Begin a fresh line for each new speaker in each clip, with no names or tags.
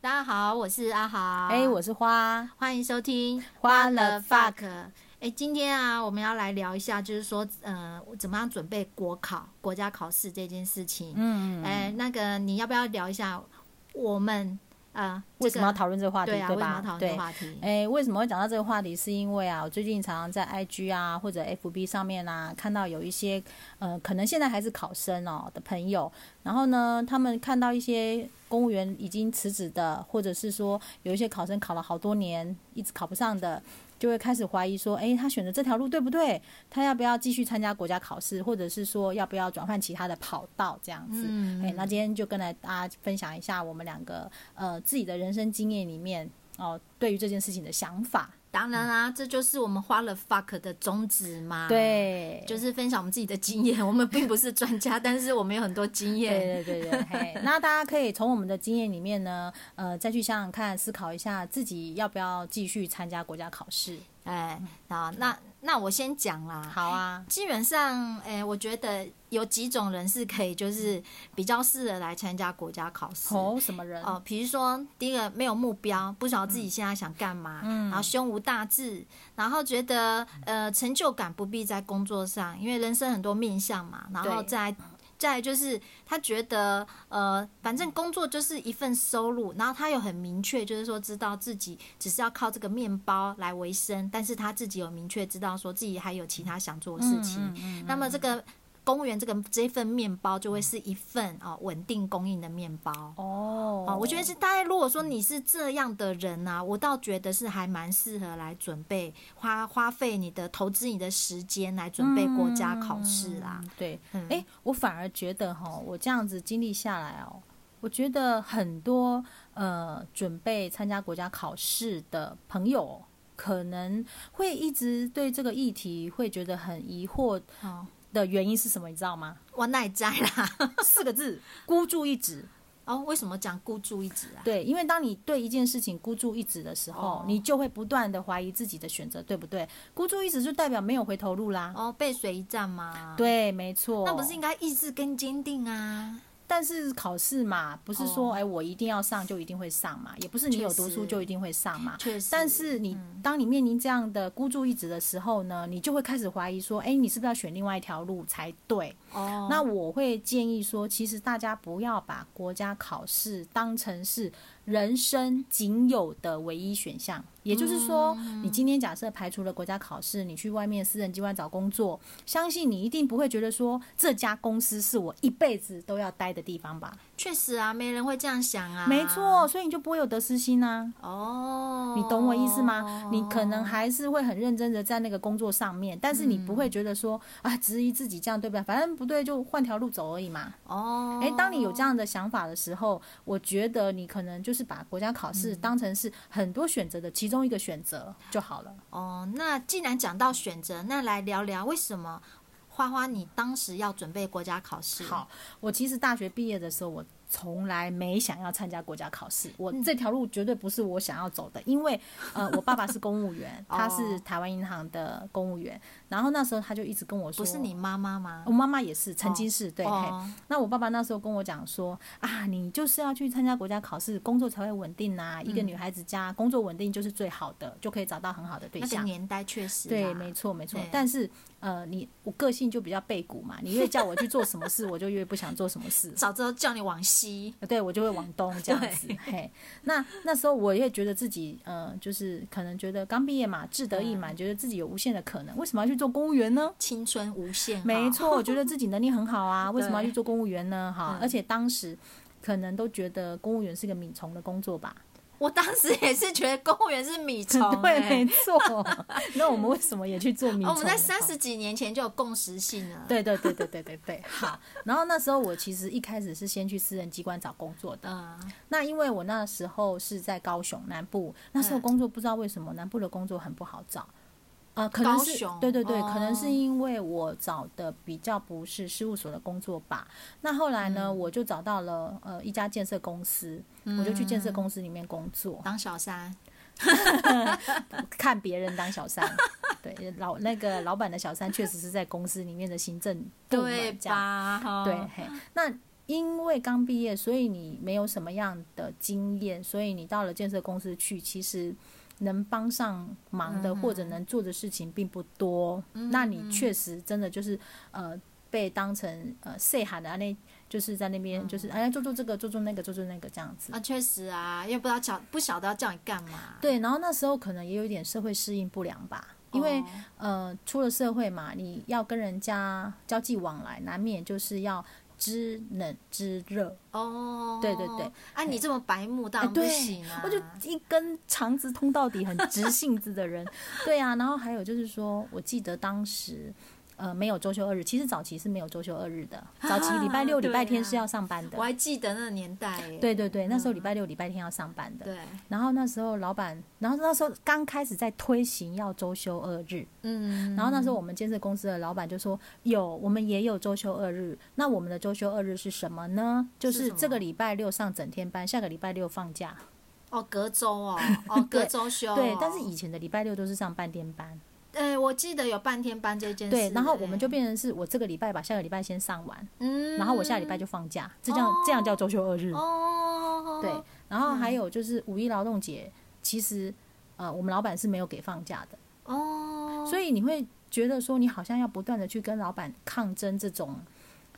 大家好，我是阿豪。
哎、我是花，
欢迎收听《
花了 fuck
哎，今天啊，我们要来聊一下，就是说，呃，怎么样准备国考、国家考试这件事情。
嗯，
哎、那个你要不要聊一下我们呃，
为什么要讨论这个话
这
题？
个对啊？为什么要
吧？
讨论这
对
个，话题？
哎、为什么会讲到这个话题？是因为啊，我最近常常在 IG 啊或者 FB 上面啊，看到有一些呃，可能现在还是考生哦的朋友，然后呢，他们看到一些公务员已经辞职的，或者是说有一些考生考了好多年一直考不上的。就会开始怀疑说，哎，他选的这条路对不对？他要不要继续参加国家考试，或者是说要不要转换其他的跑道这样子？
嗯
哎、那今天就跟来大家分享一下我们两个呃自己的人生经验里面哦、对于这件事情的想法。
当然啦、这就是我们花了 fuck 的宗旨嘛。。
对，
就是分享我们自己的经验，我们并不是专 家，但是我们有很多经验。
对对对对，嘿，那大家可以从我们的经验里面呢，呃，再去想想看，思考一下自己要不要继续参加国家考试。
哎，好，那那我先讲啦。
好啊，
基本上，诶、我觉得有几种人是可以，就是比较适合来参加国家考试。哦、
哦，什么人？嗯
比如说，第一个没有目标，不晓得自己现在想干嘛，然后胸无大志，然后觉得呃成就感不必在工作上，因为人生很多面向嘛，然后
对
再来再来就是他觉得呃反正工作就是一份收入，然后他有很明确就是说知道自己只是要靠这个面包来维生，但是他自己有明确知道说自己还有其他想做的事情，
嗯嗯
那么这个公务员这个这份面包就会是一份哦稳定供应的面包。
哦
哦，我觉得是大概如果说你是这样的人啊，我倒觉得是还蛮适合来准备花花费你的投资你的时间来准备国家考试啦。
嗯对，
嗯，
哎、我反而觉得哈，我这样子经历下来哦，我觉得很多呃准备参加国家考试的朋友，可能会一直对这个议题会觉得很疑惑
哦，
的原因是什么？你知道吗？
我耐摘啦。
四个字：孤注一掷。
哦，为什么讲孤注一掷啊？
对，因为当你对一件事情孤注一掷的时候，
哦
你就会不断的怀疑自己的选择对不对？孤注一掷就代表没有回头路啦。
哦，背水一战嘛。，
对，没错。
那不是应该意志更坚定啊？
但是考试嘛，不是说
哦
哎、我一定要上就一定会上嘛，也不是你
确
有读书
实
就一定会上嘛。
确实，嗯
但是你当你面临这样的孤注一掷的时候呢，你就会开始怀疑说，哎、你是不是要选另外一条路才对？
哦，
那我会建议说，其实大家不要把国家考试当成是人生仅有的唯一选项。也就是说，
嗯
你今天假设排除了国家考试，你去外面私人机关找工作，相信你一定不会觉得说这家公司是我一辈子都要待的地方吧？
确实啊，没人会这样想啊。
没错，。所以你就不会有得失心啊。
哦，
你懂我意思吗？你可能还是会很认真的在那个工作上面，但是你不
嗯
会觉得说、啊质疑自己这样对不对？反正不对就换条路走而已嘛。
哦，
诶，当你有这样的想法的时候，我觉得你可能就是把国家考试
嗯
当成是很多选择的其中一个选择就好了。
哦，那既然讲到选择，那来聊聊为什么花花你当时要准备国家考试？
好，我其实大学毕业的时候，我从来没想要参加国家考试，我
嗯
这条路绝对不是我想要走的，因为呃，我爸爸是公 务员，他是
哦
台湾银行的公务员，然后那时候他就一直跟我说，
不是你妈妈吗
我？妈妈也是，曾经是、对、嘿。
哦，
那我爸爸那时候跟我讲说啊，你就是要去参加国家考试，工作才会稳定呐、
嗯
一个女孩子家工作稳定就是最好的，就可以找到很好的对
那个
象。
年代确实
对，
啦
没错，没错
啊对。
但是呃，你我个性就比较背骨嘛，你越叫我去做什么事，我就越不想做什么 事。
早知道叫你往西。
对我就会往东这样子。嘿，那那时候我也觉得自己，呃，就是可能觉得刚毕业嘛，志得意
嗯
满，觉得自己有无限的可能，为什么要去做公务员呢？
青春无限，
没
哈，
错，我觉得自己能力很好啊，为什么要
对
去做公务员呢？哈，
嗯
而且当时可能都觉得公务员是个米虫的工作 吧。
我当时也是觉得公务员是米虫、
对，
欸
没错。 那我们为什么也去做米
哦
虫呢？
我们在三
哈
十几年前就有共识性了。，
对对对对对对对，好。然后那时候我其实一开始是先去私人机关找工作的，
嗯，
那因为我那时候是在高雄南部，那时候
嗯
工作不知道为什么南部的工作很不好找，呃，可能
高
是
雄
对对对，
哦
可能是因为我找的比较不是事务所的工作吧。那后来
嗯
呢，我就找到了呃一家建设公司，我就去建
嗯
设公司里面工作，
当小三，
看别人当小三。 对，老那个老板的小三确实是在公司里面的行政部门
对
这
哦
样
吧？哈
对，，嘿，那因为刚毕业，所以你没有什么样的经验，所以你到了建设公司去，其实能帮上忙
嗯
的或者能做的事情并不多。那你确实真的就是呃被当成呃 say 喊的那，就是在那边就是哎呀做做这个做做那个做做那个这样子。
哦啊，确实啊，因为不知道晓不晓得要叫你干嘛，
对，然后那时候可能也有一点社会适应不良吧，因为、
哦
呃，出了社会嘛，你要跟人家交际往来，难免就是要知冷知热。
哦，
对对对，
啊，
哎
你这么白目当然不行啊，
我就一根肠子通到底，很直性子的人。 对啊，然后还有就是说，我记得当时。呃，没有周休二日，其实早期是没有周休二日的，早期礼拜六、
啊
礼
对
拜天是
啊
要上班的
我。还记得那个年代耶，
对对对，那时候礼拜六、礼拜天要上班
嗯
的。
对，
然后那时候老板，然后那时候刚开始在推行要周休二日，
嗯，
然后那时候我们建设公司的老板就说：“有，我们也有周休二日。那我们的周休二日是什么呢？就是是
什么
这个礼拜六上整天班，下个礼拜六放假。
哦，隔周 哦，哦，隔周休哦，
对，但是以前的礼拜六都是上半天班。
呃，我记得有半天班这件事，
对，然后我们就
哎，
变成是我这个礼拜把下个礼拜先上完，
嗯，
然后我下礼拜就放假，这样这样叫周休二日。
哦，
对，然后还有就是五一劳动节，其实呃我们老板是没有给放假的。
哦，
所以你会觉得说，你好像要不断的去跟老板抗争这种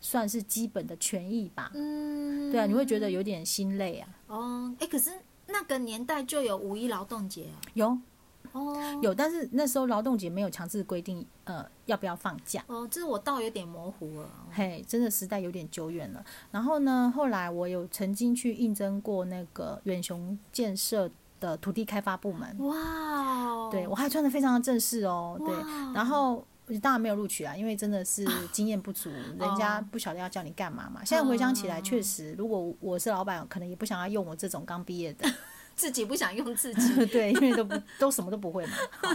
算是基本的权益吧？
嗯，
对啊，你会觉得有点心累啊。
哦，哎，可是那个年代就有五一劳动节啊，
有
哦，
有，但是那时候劳动节没有强制规定，呃，要不要放假？
哦，这我倒有点模糊了，
嘿，真的时代有点久远了。然后呢，后来我有曾经去应征过那个远雄建设的土地开发部门，
哇哦，
对我还穿的非常的正式哦，对，
哇
然后当然没有录取啊，因为真的是经验不足，人家不晓得要叫你干嘛嘛。现在回想起来，确实，如果我是老板，可能也不想要用我这种刚毕业的，
自己不想用自己，
对，因为都不都什么都不会嘛。好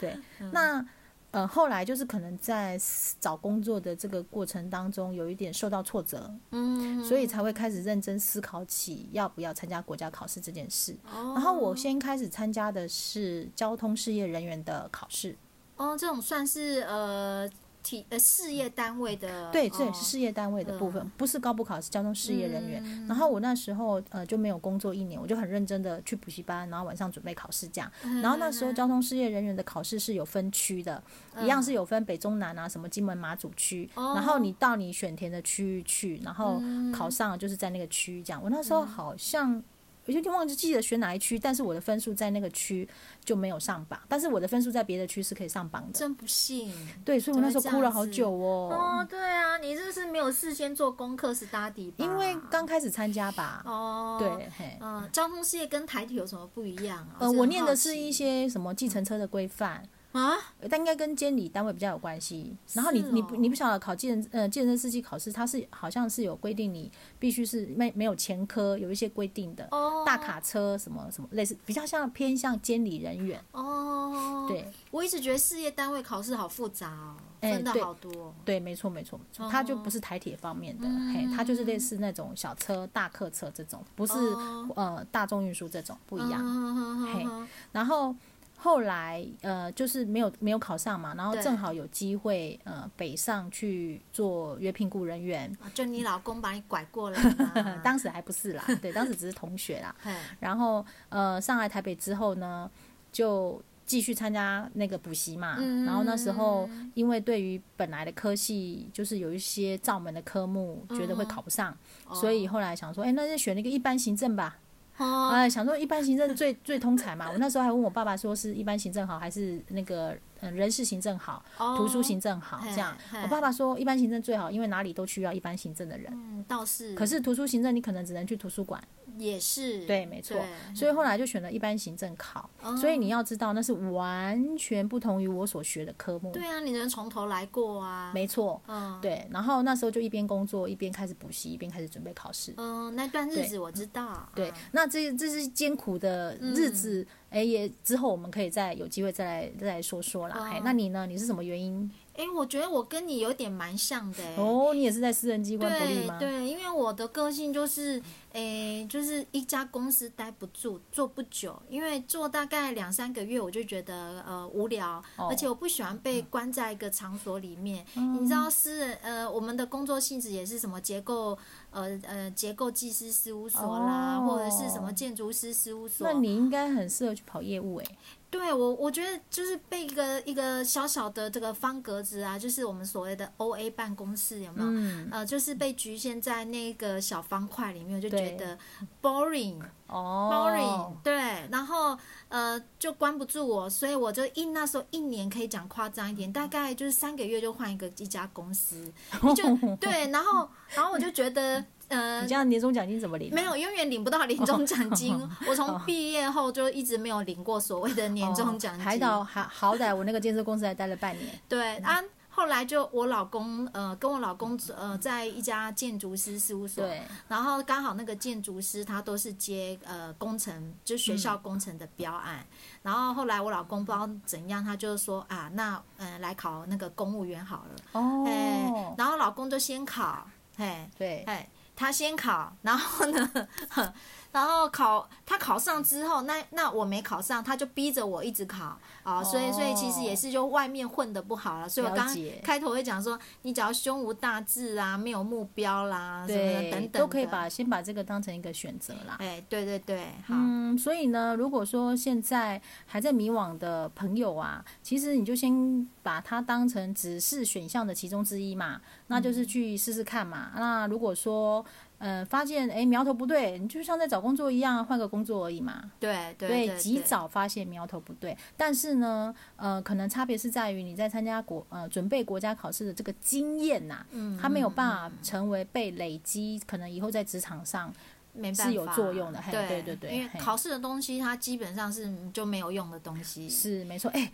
对，那呃后来就是可能在找工作的这个过程当中，有一点受到挫折，
嗯，
所以才会开始认真思考起要不要参加国家考试这件事。
哦
然后我先开始参加的是交通事业人员的考试。
哦，这种算是呃体呃事业单位的，
对，
哦嗯
这也是事业单位的部分，不是高补考，是交通事业人员。然后我那时候呃就没有工作一年，我就很认真的去补习班，然后晚上准备考试这样。
嗯
然后那时候交通事业人员的考试是有分区的，一
嗯
样是有分北中南啊，什么金门马祖区。
哦
然后你到你选填的区域去，然后
嗯
考上了就是在那个区域这样。我那时候好像。我有点忘记记得选哪一区，但是我的分数在那个区就没有上榜，但是我的分数在别的区是可以上榜的。
真不信。
对，所以我那时候
怎么
哭
会这
了
样
好
子
久哦。
哦，对啊，你这是没有事先做功课是打底吧，
因为刚开始参加吧，
啊哦，
对，嘿，
嗯、交通事业跟台体有什么不一样啊？
呃，
真
我
很
念
好
的是
奇
一些什么计程车的规范，
啊，
呃但应该跟监理单位比较有关系。然后你、
是
你不
哦
你不晓得考计程呃计程车司机考试，它是好像是有规定，你必须是没没有前科，有一些规定的。
哦，
大卡车什么什么类似，比较像偏向监理人员，
哦，，
对
我一直觉得事业单位考试好复杂哦，
哎
分的
对
好多哦、
对，没错没错没错，它就不是台铁方面的，嘿，
嗯
它就是类似那种小车、大客车这种，不是、
哦
呃大众运输这种不一样。嘿
嗯，
然后后来呃，就是没有没有考上嘛，然后
对
正好有机会呃北上去做约聘雇人员，
啊就你老公把你拐过来
呃
嘛，
当时还不是啦，对，当时只是同学啦。
嘿
然后呃，上来台北之后呢，就继续参加那个补习嘛。
嗯
然后那时候因为对于本来的科系就是有一些照门的科目，
嗯
觉得会考不上，所以后来想说，哎，那就选了一个一般行政吧。
哦，
哎，想说一般行政最最通才嘛。我那时候还问我爸爸说是一般行政好还是那个呃人事行政好，
哦
图书行政好
嘿
这样。
嘿
我爸爸说一般行政最好，因为哪里都需要一般行政的人。
嗯，倒是，
可是图书行政你可能只能去图书馆，
也是，
对，没错
对。嗯
所以后来就选了一般行政考。
哦
所以你要知道，那是完全不同于我所学的科目。
对啊，你能从头来过啊，
没错，
嗯
对。然后那时候就一边工作，一边开始补习，一边开始准备考试。
嗯，那段日子我知道，啊
对，那这这是艰苦的日子，
嗯
哎、也之后我们可以再有机会再来再来说说啦。
哦
哎、那你呢？你是什么原因？哦
哎、我觉得我跟你有点蛮像的、欸。
哦，你也是在私人机关不利吗
对？对，因为我的个性就是诶，就是一家公司待不住，做不久，因为做大概两三个月，我就觉得呃无聊，
哦
而且我不喜欢被关在一个场所里面。
嗯
你知道私人呃，我们的工作性质也是什么结构呃呃结构技师事务所啦，
哦
或者是什么建筑师事务所
那。你应该很适合去跑业务诶、
对我，我觉得就是被一个一个小小的这个方格子啊，就是我们所谓的 O A 办公室，有没有？
嗯，
呃，就是被局限在那个小方块里面，我就觉
对
得 boring。boring，
哦，
对，然后呃就关不住我，所以我就一那时候一年可以讲夸张一点，大概就是三个月就换一个一家公 司，就对，然后然后我就觉得呃
你这样年终奖金怎么领啊、
没有永远领不到年终奖金，
嗯
我从毕业后就一直没有领过所谓的年终奖
哦
金，
还好还好歹我那个建设公司还待了半年。
对啊。后来就我老公，呃，跟我老公呃，在一家建筑师事务所，
对，
然后刚好那个建筑师他都是接呃工程，就学校工程的标案。然后后来我老公不知道怎样，他就说啊，那呃来考那个公务员好了。哎、
哦，
然后老公就先考，哎
对，
哎，他先考，然后呢， 然后考他考上之后，那那我没考上，他就逼着我一直考啊，所以所以其实也是就外面混的不好了，所以我
哦了
刚
解
开头会讲说，你只要胸无大志啊，没有目标啦，什么的
对，
等等的
都可以把先把这个当成一个选择啦。
哎，对对对，好，
嗯，所以呢，如果说现在还在迷惘的朋友啊，其实你就先把它当成只是选项的其中之一嘛，那就是
嗯
去试试看嘛。那如果说呃发现诶苗头不对，你就像在找工作一样，换个工作而已嘛。
对对
对
对，
及早发现苗头不对，但是呢，呃，可能差别是在于你在参加国呃准备国家考试的这个经验呐、
嗯
它没有办
法，
法成为被累积，可能以后在职场上
没办法
是有作用的嘿
对
对对对
因为
嘿
考试的东西它基本上是就没有用的东西，
是没错。哎、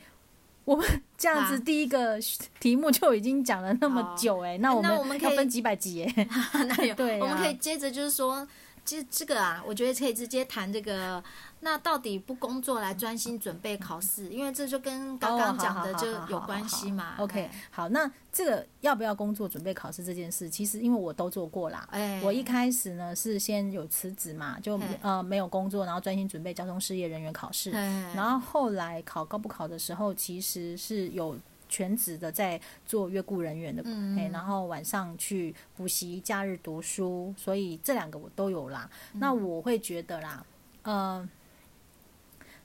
我们这样
啊
子第一个题目就已经讲了那么久、哎、那我
那
们
我们可
要
以
分几百集、哎，
那有
对啊
我们可以接着就是说。这这个啊，我觉得可以直接谈这个。那到底不工作来专心准备考试，因为这就跟
哦
刚刚讲的就有关系嘛。哎
OK，好，那这个要不要工作准备考试这件事，其实因为我都做过啦。
哎，
我一开始呢是先有辞职嘛，就
嘿
呃没有工作，然后专心准备交通事业人员考试。
哎，
然后后来考高补考的时候，其实是有全职的在做约雇人员的，
嗯
哎，然后晚上去补习，假日读书，所以这两个我都有啦。
嗯
那我会觉得啦，呃，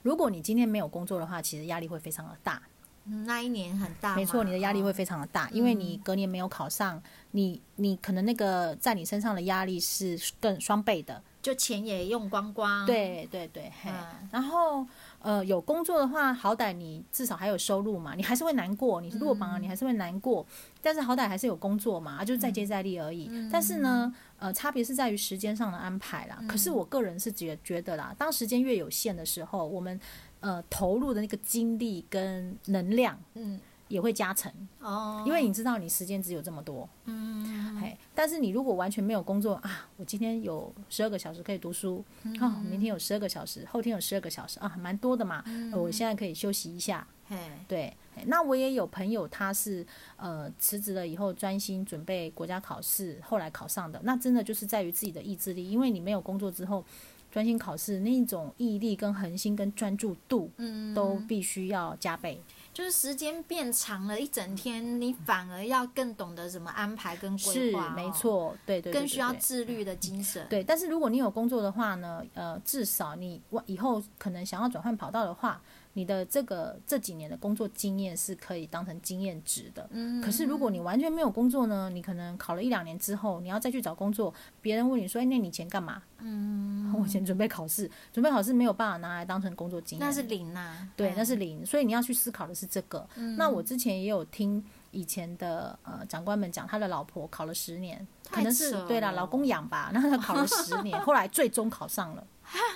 如果你今天没有工作的话，其实压力会非常的大。
嗯那一年很大嘛，
没错，你的压力会
哦
非常的大，因为你隔年没有考上，你你可能那个在你身上的压力是更双倍的。
就钱也用光光。，
对对对，嘿。
嗯
然后呃，有工作的话，好歹你至少还有收入嘛，你还是会难过，你落榜了，你还是会难过，但是好歹还是有工作嘛，啊就是再接再厉而已。但是呢，呃，差别是在于时间上的安排啦。可是我个人是觉觉得啦，当时间越有限的时候，我们呃投入的那个精力跟能量
嗯，
也会加成，
哦，
因为你知道你时间只有这么多。
嗯，
嘿，但是你如果完全没有工作啊，我今天有十二个小时可以读书，
嗯
哦，明天有十二个小时，后天有十二个小时啊，蛮多的嘛、
嗯
呃我现在可以休息一下，
嘿，
对。嘿那我也有朋友，他是呃辞职了以后专心准备国家考试，后来考上的。那真的就是在于自己的意志力，因为你没有工作之后，专心考试那种毅力、跟恒心、跟专注度
嗯，
都必须要加倍。
就是时间变长了，一整天你反而要更懂得怎么安排跟规
是
划、，哦
没，错，对对对对
更需要
对
自律的精神。
对，但是如果你有工作的话呢，呃，至少你我以后可能想要转换跑道的话，你的这个这几年的工作经验是可以当成经验值的。
嗯，
可是如果你完全没有工作呢，你可能考了一两年之后，你要再去找工作，别人问你说：“哎，那你以前干嘛？”嗯， 我以前准备考试，准备考试没有办法拿来当成工作经验，
那是零啊，
对
哎，嗯
那是零，所以你要去思考的是这个。那我之前也有听以前的呃长官们讲，他的老婆考了十年，
太
可能是
扯了
对啦，老公养吧， 然后他考了十 年，后来最终考上了。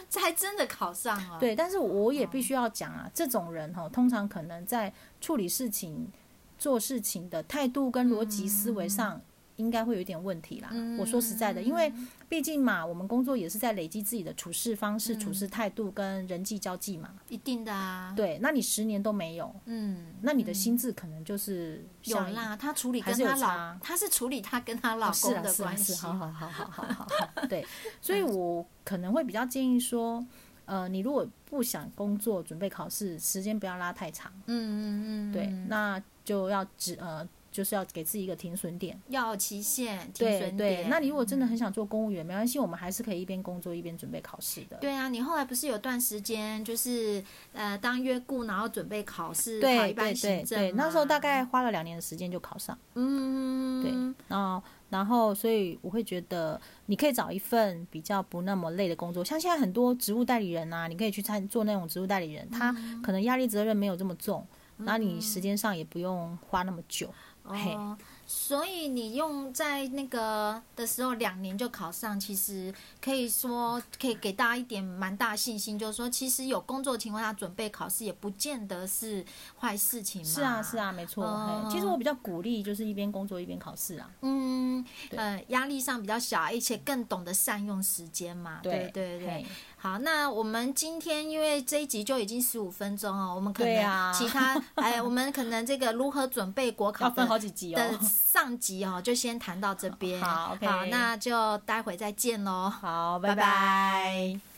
这还真的考上了。，
对，但是我也必须要讲啊，这种人哈、通常可能在处理事情、做事情的态度跟逻辑思维上。应该会有一点问题啦。我说实在的，因为毕竟嘛，我们工作也是在累积自己的处事方式、处事态度跟人际交际嘛。
一定的啊，
对，那你十年都没有，
嗯，
那你的心智可能就是
有
像一
啦，她处理
还
跟
是有
她老
差，
她是处理她跟她老
哦是
公
啊
的
是啊
关
是
系，嗯
好好好好好好 好，对，所以我可能会比较建议说，呃，你如果不想工作，准备考试，时间不要拉太长，
嗯嗯嗯，
对，那就要只呃，就是要给自己一个停损点。
要有期限，停
对
损
对，
点嗯
那你如果真的很想做公务员，没关系，我们还是可以一边工作一边准备考试的。
对啊，你后来不是有段时间就是呃当约雇，然后准备考试，考一
对对
般
对
行政啊
对，那时候
嘛
大概花了两年的时间就考上。对
嗯，，
那然后所以我会觉得你可以找一份比较不那么累的工作，像现在很多职务代理人啊，你可以去参做那种职务代理人，
嗯
他可能压力责任没有这么重，那你时间上也不用花那么久。嘿
哦，所以你用在那个的时候，两年就考上，其实可以说可以给大家一点蛮大信心，就是说其实有工作情况下准备考试，也不见得是坏事情嘛。
是啊，是，啊，没错。嘿其实
哦
我比较鼓励就是一边工作一边考试啊。
嗯，
对
呃，压力上比较小，而且更懂得善用时间嘛。对对对。
嘿
好，那我们今天因为这一集就已经十五分钟哦，我们可
对
能
啊
其他、哎，我们可能这个如何准备国考
要分
的
好几集
的
哦。
上集哦，就先谈到这边。
好，OK
那就待会再见喽。
好，
拜
拜
拜
拜